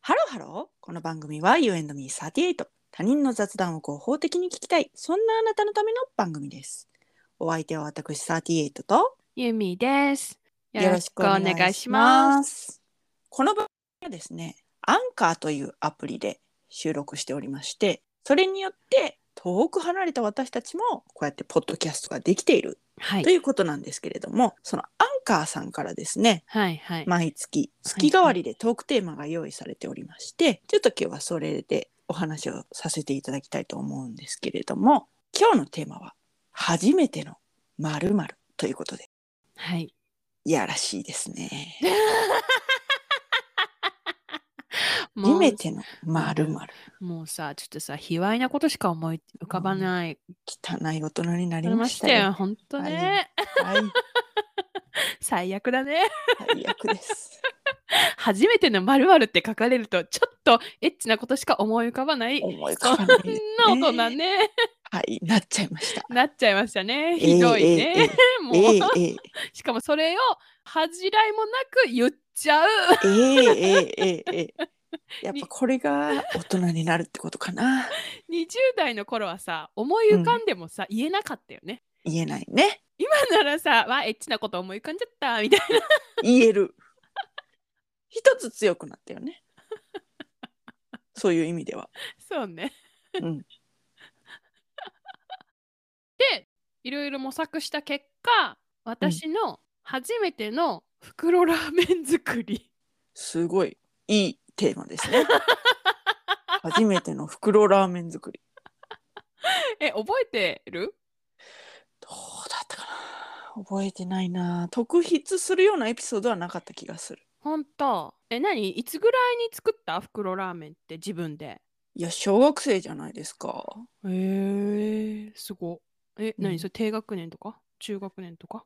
ハローハローこの番組は You and me38 他人の雑談を合法的に聞きたいそんなあなたのための番組ですお相手は私38とゆみです。よろしくお願いします。すこの番組はですねアンカーというアプリで収録しておりましてそれによって遠く離れた私たちもこうやってポッドキャストができているはとい。いうことなんですけれども、そのアンカーさんからですねはいはい。毎月月替わりでトークテーマが用意されておりまして、ちょっと今日はそれでお話をさせていただきたいと思うんですけれども今日のテーマは「初めての〇〇ということではい。いやらしいですね。初もめうての〇〇もうさ、ちょっとさ、卑猥なことしか思い浮かばない。汚い大人になありりままししたたよ。よ。本当ね。はい、最悪だね。最悪です。初めての〇〇って書かれると、ちょっとエッチなことしか思い浮かばない。思い浮そかばんなないです大人ね。ね。はい、なっちゃいました。なっちゃいましたね。ひどいええね。もえう、ええしかもそれを恥じらいもなく言っちゃう。ええええええやっぱこれが大人になるってことかな。 20代の頃はさ、思い浮かんでもさ、言えなかったよね。言えないね。今ならさ、わ、エッチなこと思い浮かんじゃったみたいな。 言える一つ強くなったよねそういう意味では、そうね。 うん、いろいろ模索した結果、私の初めての袋ラーメン作り。すごいいいテーマですね初めての袋ラーメン作り え、覚えてるどうだったかな覚えてないな特筆するようなエピソードはなかった気がするほんと。え、何いつぐらいに作った袋ラーメンって自分で。いや小学生じゃないですかへえー、すご。え、う何んそれ低学年とか中学年とか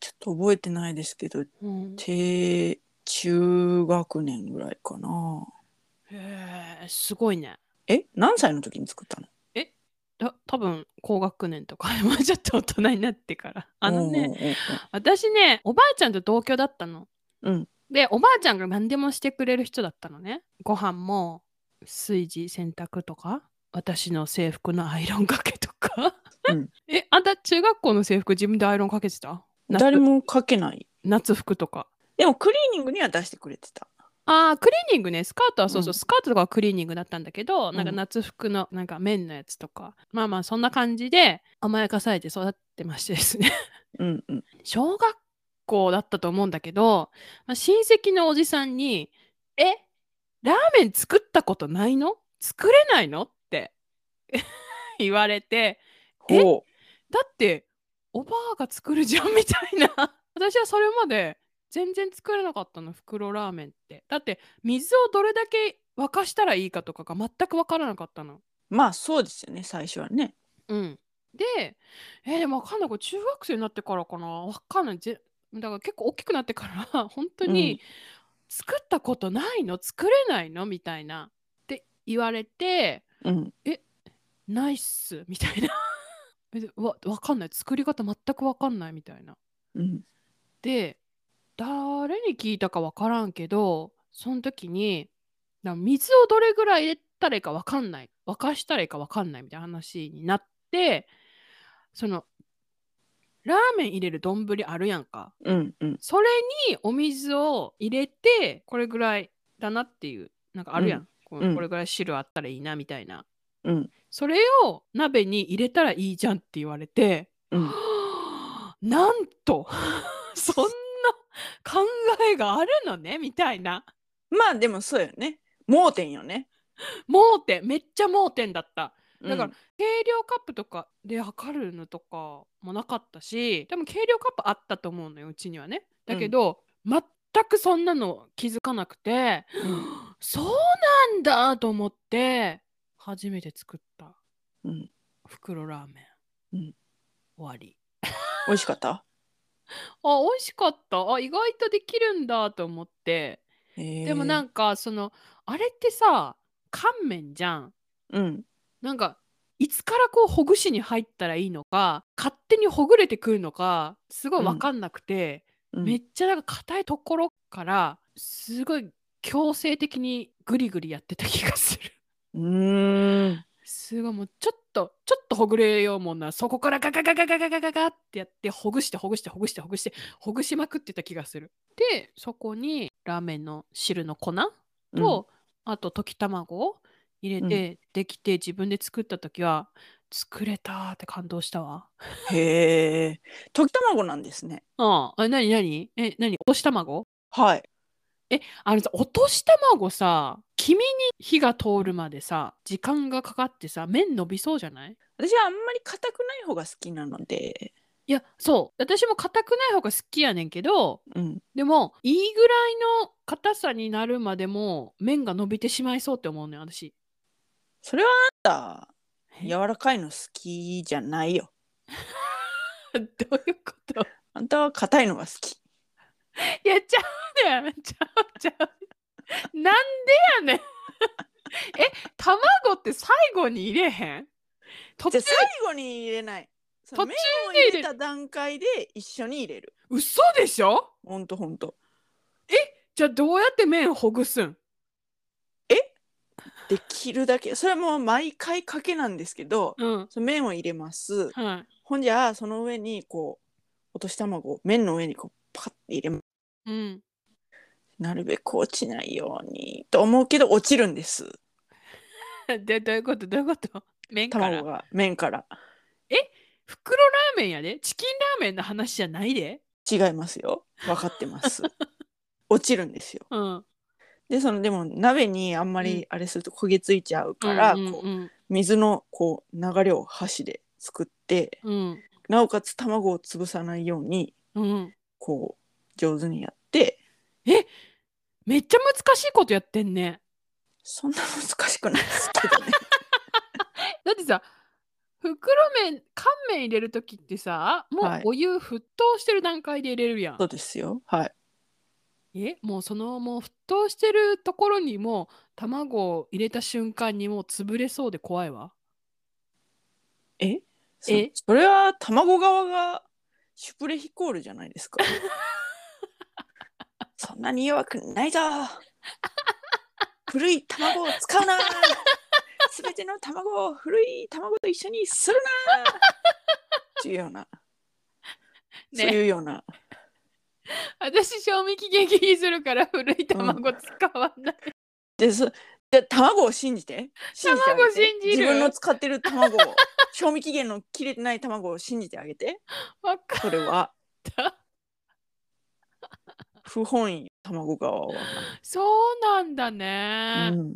ちょっと覚えてないですけどうん。低中学年ぐらいかなへえー、すごいね。え何歳の時に作ったのた多分高学年とか もうちょっと大人になってからあのね、ね私ねおばあちゃんと同居だったの。うんでおばあちゃんが何でもしてくれる人だったのね。ご飯も炊事洗濯とか私の制服のアイロンかけとか。うん えあんた中学校の制服自分でアイロンかけてた夏誰も書けない夏服とか。でもクリーニングには出してくれてた。あークリーニングねスカートはそうそう、うんスカートとかはクリーニングだったんだけど、なんかうん夏服のなんか綿のやつとかまあまあそんな感じで甘やかされて育ってましてですねうんうん。小学校だったと思うんだけど、まあ、親戚のおじさんに「えラーメン作ったことないの作れないの?」って 言われてえほだっておばあが作るじゃんみたいな 私はそれまで全然作れなかったの袋ラーメンってだって水をどれだけ沸かしたらいいかとかが全く分からなかったのう。まあそうですよね、最初はね。うんでえーでも分かんないこれ中学生になってからかな分かんないぜだから結構大きくなってから 本当うんに作ったことないの作れないのみたいなって言われてうん。ないっすみたいな えわ分かんない作り方全く分かんないみたいなうん。で誰に聞いたか分からんけどその時にな水をどれぐらい入れたらいいか分かんない沸かしたらいいか分かんないみたいな話になってそのラーメン入れる丼あるやんかうんうん。それにお水を入れてこれぐらいだなっていうなんかあるやん、こうんこれぐらい汁あったらいいなみたいな、うんそれを鍋に入れたらいいじゃんって言われてうん。 なんと そんな考えがあるのねみたいなまあでもそうよね。盲点よね。盲点めっちゃ盲点だったうんだから、計量カップとかで測るのとかもなかったしでも計量カップあったと思うのようちにはねだけど、全くそんなの気づかなくてうんそうなんだと思って初めて作ったうん袋ラーメうン、ん終わり美味しかったあ美味しかったあ意外とできるんだと思ってでもなんか、んかそのあれってさ乾麺じゃんうん。なんかいつからこうほぐしに入ったらいいのか勝手にほぐれてくるのかすごい分かんなくて、うんめっちゃなんか硬いところからすごい強制的にグリグリやってた気がする。うーん。すごいもうちょっとちょっとほぐれようもんなそこからガガガガガガガガガってやってほぐしてほぐしてほぐしてほぐしてほぐしまくってた気がする。でそこにラーメンの汁の粉と、あと溶き卵を入れてできて自分で作った時は作れたーって感動したわ。うん、へえ。溶き卵なんですね。あああ何何え何落とし卵はい。あのさ落とし卵さ黄身に火が通るまでさ時間がかかってさ麺伸びそうじゃない私はあんまり硬くない方が好きなので。いやそう私も硬くない方が好きやねんけどうん。でもいいぐらいの硬さになるまでも麺が伸びてしまいそうって思うのよ私それはあんたえ柔らかいの好きじゃないよ。 どういうことあんたは硬いのが好き。いやちゃうねんちゃうちゃうなんでやねんえ卵って最後に入れへん途じ中ゃあ最後に入れない。その途中麺をで入れる入れた段階で一緒に入れる。嘘でしょほんとほんと。じゃあどうやって麺ほぐすんできるだけそれはもう毎回かけなんですけど、うんその麺を入れます。はほんじゃあその上にこう落とし卵を麺の上にこうパッて入れますいうん なるべく落ちないようにと思うけど落ちるんです。でどういうことどういうこと麺から卵が麺から袋ラーメンやでチキンラーメンの話じゃないで違いますよ。分かって ます。落ちるんですよ。うんでそのでも鍋にあんまりあれすると焦げついちゃうから、うんこううん水のこう流れを箸で作ってうんなおかつ卵を潰さないようにうんうんこう上手にやってめっちゃ難しいことやってんねそんな難しくないですけ どね。だってさ袋麺乾麺入れる時ってさもはういお湯沸騰してる段階で入れるやん、そうですよ。はい。えもうそのもう沸騰してるところにもう卵を入れた瞬間にもう潰れそうで怖いわえそえそれは卵側がシュプレヒコールじゃないです か。そんなに弱くないぞ古い卵を使うなすべての卵を古い卵と一緒にするなっていうような、 そねういうような私賞味期限切りするから古い卵使わない、でそで卵を信じて信じてあげて卵信じる自分の使ってる卵を賞味期限の切れてない卵を信じてあげてわかそれ はった不本意卵側は、そうなんだね、うん、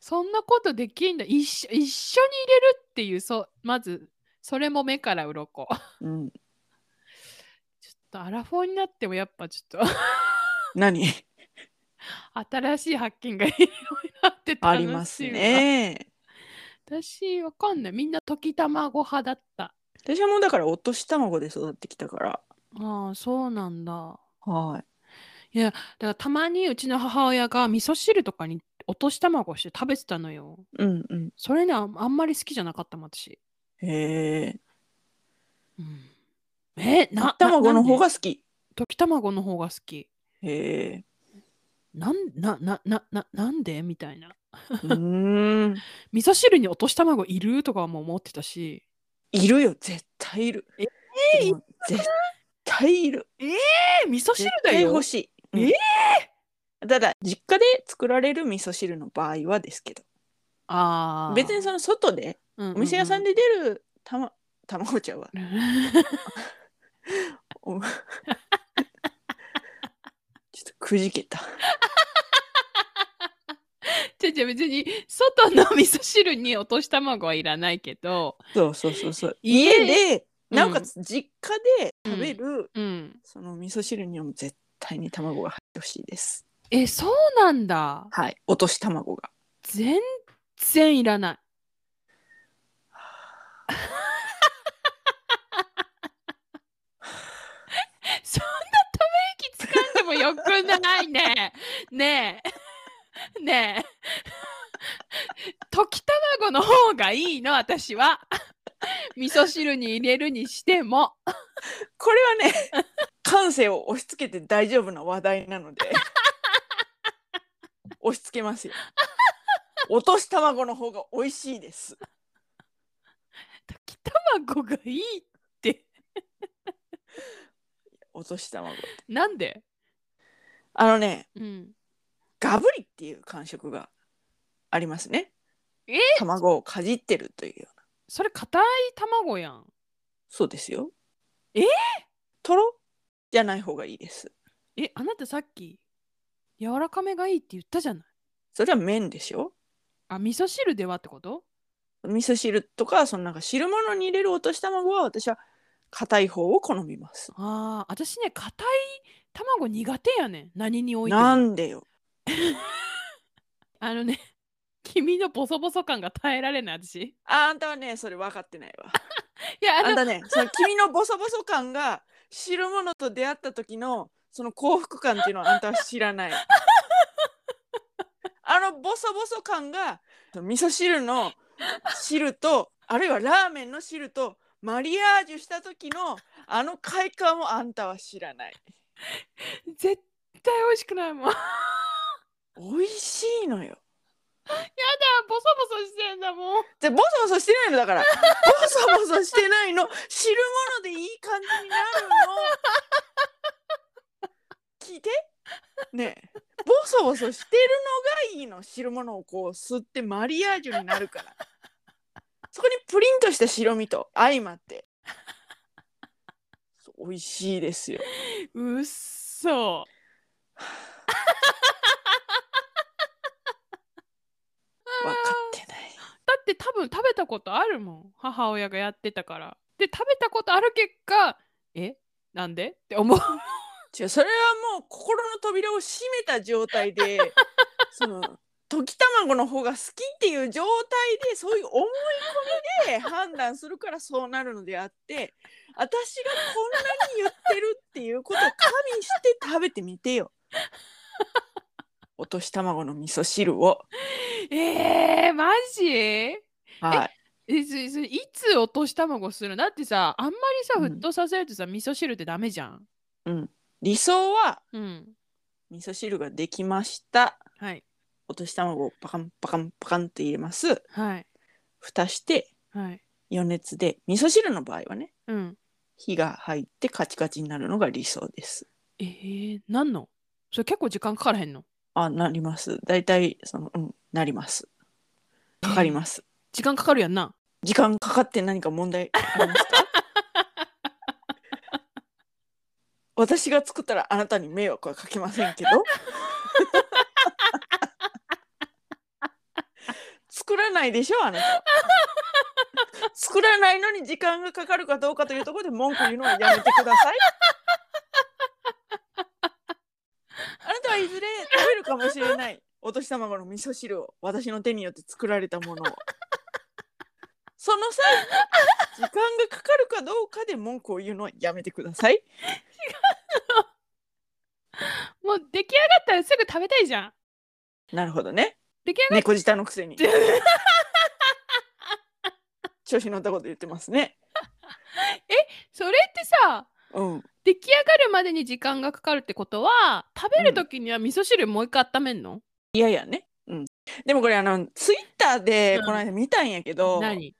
そんなことできんだ一緒一緒に入れるっていうそうまずそれも目から鱗 うん、ちょっとアラフォーになってもやっぱちょっ 何と新しい発見がいろいろあって楽しいわありますね私わかんないみんな溶き卵派だった私はもうだから落とし卵で育ってきたからああそうなんだはいだからたまにうちの母親が味噌汁とかに落とし卵をして食べてたのようんうんそれねあんあんまり好きじゃなかったもん私、へえうん、えな卵の方ななんが好きで溶き卵の方が好きへえなんなななななんでみたいなうーん味噌汁に落とし卵いるとかも思ってたしいるよ絶対いるえでも絶対いるえ味噌汁絶だよ対欲しい。ええただ実家で作られる味噌汁の場合はですけどああ別にその外でのお店屋さんでで出るたま 卵茶は ちょっとくじけたじゃじゃ別に外の味噌汁に落とし卵はいらないけどそうそうそうそう家家でうんなおかつ実家で食べる、うんその味噌汁にはもう絶対に卵が入ってほしいですえそうなんだはい落とし卵が全然いらないそんなため息つかんでもよくないねえねえねえ溶き卵の方がいいの私は味噌汁に入れるにしてもこれ はね感性を押し付けて大丈夫な話題なので押し付けますよ。落とし卵の方が美味しいです。溶き卵がいいって落とし卵。なんであのね、うんガブリっていう感触がありますね。え卵をかじってるというような。それ硬い卵やんそうですよ。えとろじゃない方がいいです。えあなたさっき柔らかめがいいって言ったじゃないそれは麺でしょあ味噌汁ではってこと味噌汁とかそのなんか汁物に入れる落とし卵は私は硬い方を好みます。あー私ね硬い卵苦手やねん何においてもなんでよ。あのね 君のボソボソ感が耐えられない私いああんたはねそれ分かってないわ。やああんのたねその君のボソボソ感が汁物と出会った時のその幸福感っていうのはあんたは知らない。 あのボソボソ感がその味噌汁の汁とあるいはラーメンの汁とマリアージュした時のあの快感をあんたは知らない。絶対美味しくないもん やだ美味しいのよ。ボソボソしてんだもんじゃボソボソしてないのだからボソボソしてないの汁物でいい感じになるの聞いてねえボソボソしてるのがいいの汁物をこう吸ってマリアージュになるからそこにプリンとした白身と相まってそう美味しいですようっそ分かってないだって多分食べたことあるもん母親がやってたからで食べたことある結果えなんでって思う違うそれはもう心の扉を閉めた状態 でその溶き卵の方が好きっていう状態でそういう思い込みで判断するからそうなるのであって私がこんなに言ってるっていうことを加味して食べてみてよ。落とし卵の味噌汁を。えー、マジはい、えそそいつ落とし卵するのだってさあんまりさうん沸騰させるとさ、味噌汁ってダメじゃん理想はうん味噌汁ができました。はい落とし卵をパカンパカンパカンって入れます。はい蓋してはい余熱で味噌汁の場合はねうん火が入ってカチカチになるのが理想です。えー、なんのそれ結構時間かからへんのあ、なります。だいたいそのうん、なります。かかります。時間かかるやんな時間かかって何か問題ありますか？私が作ったらあなたに迷惑はかけませんけど。作らないでしょあなた。作らないのに時間がかかるかどうかというところで文句言うのはやめてください。あなたはいずれ食べるかもしれないお年玉の味噌汁を私の手によって作られたものを。その際に 時間がかかるかどうかで文句を言うのはやめてください。もう出来上がったらすぐ食べたいじゃんなるほどね。出来上がっ猫舌のく せに。調子乗ったこと言ってますね。それってさうん。出来上がるまでに時間がかかるってことは食べる時には味噌汁もう一回温めんの、いやいやね。うん。でもこれあのツイッターでうんこの間見たんやけど、何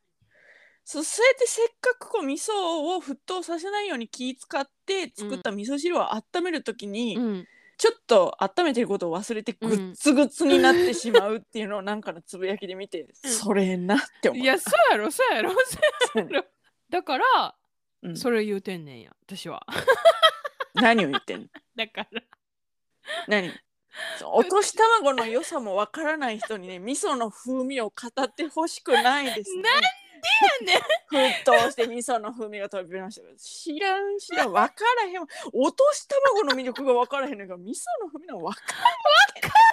そうそうやってせっかくこう味噌を沸騰させないように気使って作った味噌汁を温めるときに、うんちょっと温めてることを忘れてうグんッツグッツになってしまうっていうのをなんかのつぶやきで見て、うんそれなって思いっやそうやろそうやろそうやろだから、うんそれ言うてんねんや私はた何を言ってんの だから何そう 落とし卵の良さもわからない人にね味噌の風味を語ってほしくないですね。なんでやねん沸騰して味噌の風味が飛びましたけど知らん知らんわからへんわ落とし卵の魅力がわからへんのが味噌の風味のわか味噌を沸騰させ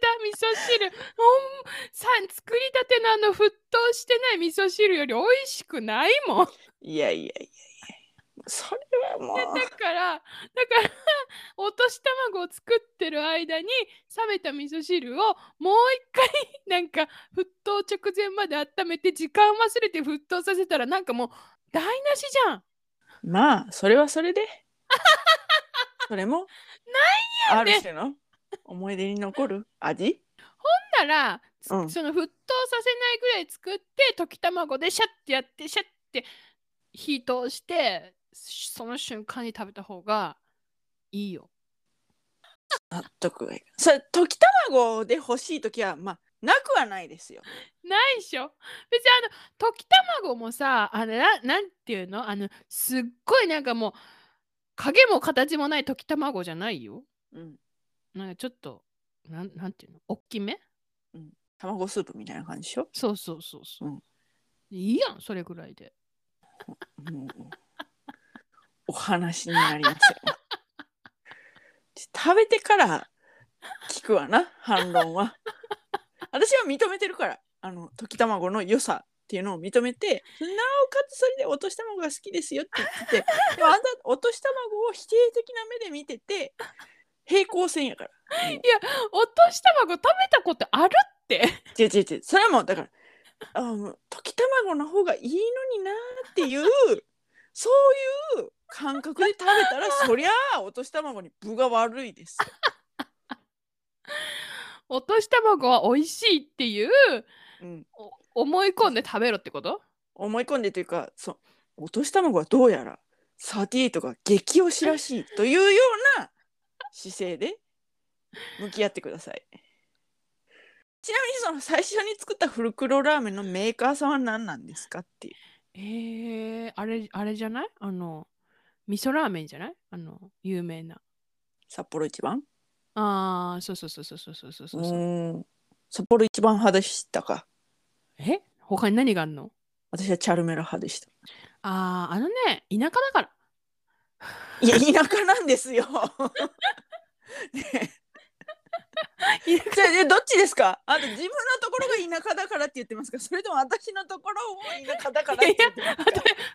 た味噌汁ほんさ作りたてのあの沸騰してない味噌汁より美味しくないも んいやいやいやいやそれはもだうからだから落とし卵を作ってる間に冷めた味噌汁をもう一回なんか沸騰直前まで温めて時間忘れて沸騰させたらなんかもう台無しじゃん まあそれはそれでそれもやあねんる種の思い出に残る味ほんなら、つうんその沸騰させないぐらい作って溶き卵でシャッてやってシャッて火通してその瞬間に食べた方がいいよ。納得がいくそれ溶き卵で欲しい時はまあなくはないですよないでしょ別にあの溶き卵もさあれななんていうのあのすっごいなんかもう影も形もない溶き卵じゃないよ。うんなんかちょっとなんなんていうの大きめ卵スープみたいな感じでしょそうそうそうそう。うんいいやんそれぐらいで。もうお話になりますよ。 食べてから聞くわな反論は。私は認めてるからあの溶き卵の良さっていうのを認めてなおかつそれで落とし卵が好きですよって言っててでもあんた落とし卵を否定的な目で見てて平行線やから。落とし卵食べたことあるって。違う違う違うそれはもうだからあもう溶き卵の方がいいのになっていうそういう感覚で食べたらそりゃあ落とし卵に分が悪いですよ落とし卵は美味しいっていううん、お思い込んで食べろってこと思い込んでというかそう落とし卵はどうやら38が激推しらしいというような姿勢で向き合ってくださいちなみにその最初に作ったフルクロラーメンのメーカーさんは何なんですかっていうえー、あれあれじゃないあの味噌ラーメンじゃないあの有名な札幌一番あーそうそうそうそうそうそうそうそううーん札幌一番派でしたかえ他に何があんの私はチャルメラ派でしたあーあのね田舎だから いや田舎なんですよねえ田じゃあえどっちですかあと自分のところが田舎だからって言ってますかそれとも私のところも田舎だからって言ってますか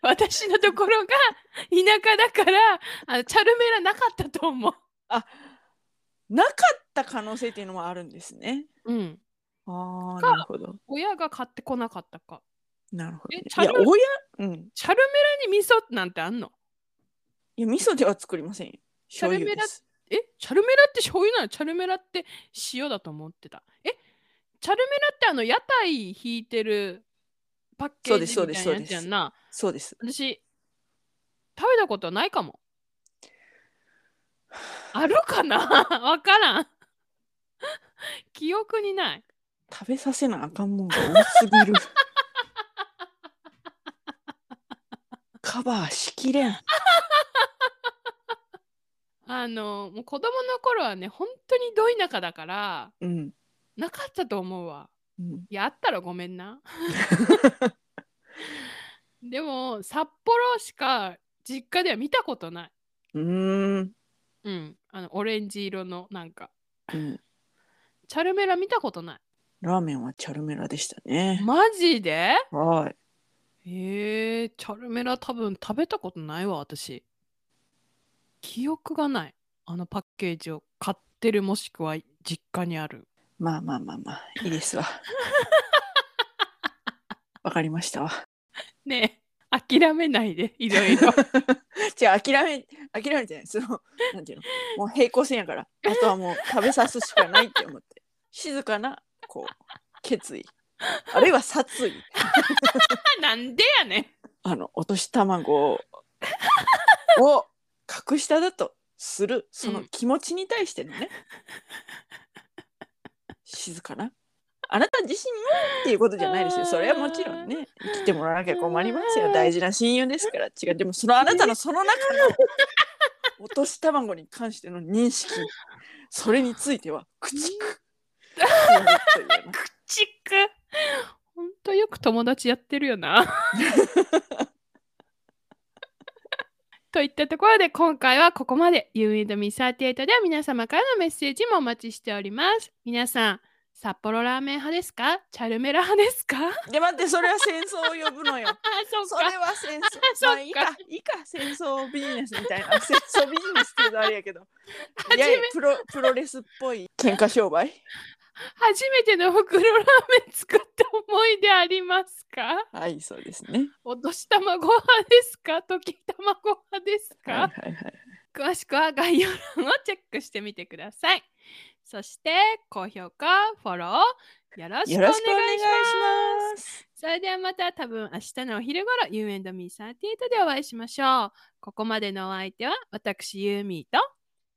わた私のところが田舎だからあのチャルメラなかったと思うなかった可能性っていうのもあるんですねうんああなるほど親が買ってこなかったかなるほどね、えチいャやル親うんチャルメラに味噌なんてあんのいや味噌では作りませんよ醤油ですえチャルメラって醤油なのチャルメラって塩だと思ってたえチャルメラってあの屋台引いてるパッケージそうでみたすそいなうですやつやんなそうです私食べたことないかもあるかな わからん記憶にない食べさせなあかんもんが多すぎるカバーしきれんあのもう子供の頃はね本当にど田舎だからうん、なかったと思うわうん、いやあったらごめん な。でも札幌しか実家では見たことない。うーん、うん。あのオレンジ色のなんか。うん、チャルメラ見たことなラーメンはチャルメラでしたねい。マジではいえー、チャルメラ多分食べたことないわ私。記憶がない。あのパッケージを買ってるもしくは実家にある。まあまあまあまあいいですわわかりましたわねえ諦めないでいろい ろ。じゃあ諦め諦めてないそのなんていうのもう平行線やからあとはもう食べさすしかないって思って静かなこう決意あるいは殺意なんでやねん。あの落とし卵をを格下だとするその気持ちに対してのね、静かなあなた自身もっていうことじゃないですよそれはもちろんね生きてもらわなきゃ困りますよ大事な親友ですから違うでもそのあなたのその中の落とし卵に関しての認識それについては駆逐というような駆逐ほんとよく友達やってるよ な。といったところで今回はここまで You and me38 では皆様からのメッセージもお待ちしております。皆さん、札幌ラーメン派ですかチャルメラ派ですかあ、 で待ってそれは戦争を呼ぶのよそそうれか。は 戦争まそっかあいいかいいか戦争ビジネスみたいな戦争ビジネスっていうのあれやけ どめいやいやプロプロレスっぽい喧嘩商売初めての袋ラーメン作った思い出ありますかはいそうですね落とし卵派ですか溶き卵派ですか、はいはいはいく詳しくは概要欄をチェックしてみてください。そして、高評価、フォロー、よろしくおよ願ろいししくお願いします。ます。それではまた多分明日のお昼頃 You and me38 でお会いしましょう。ここまでのお相手は私ユーミーと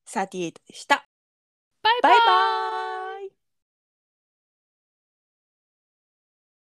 38でした。バイババイバイイ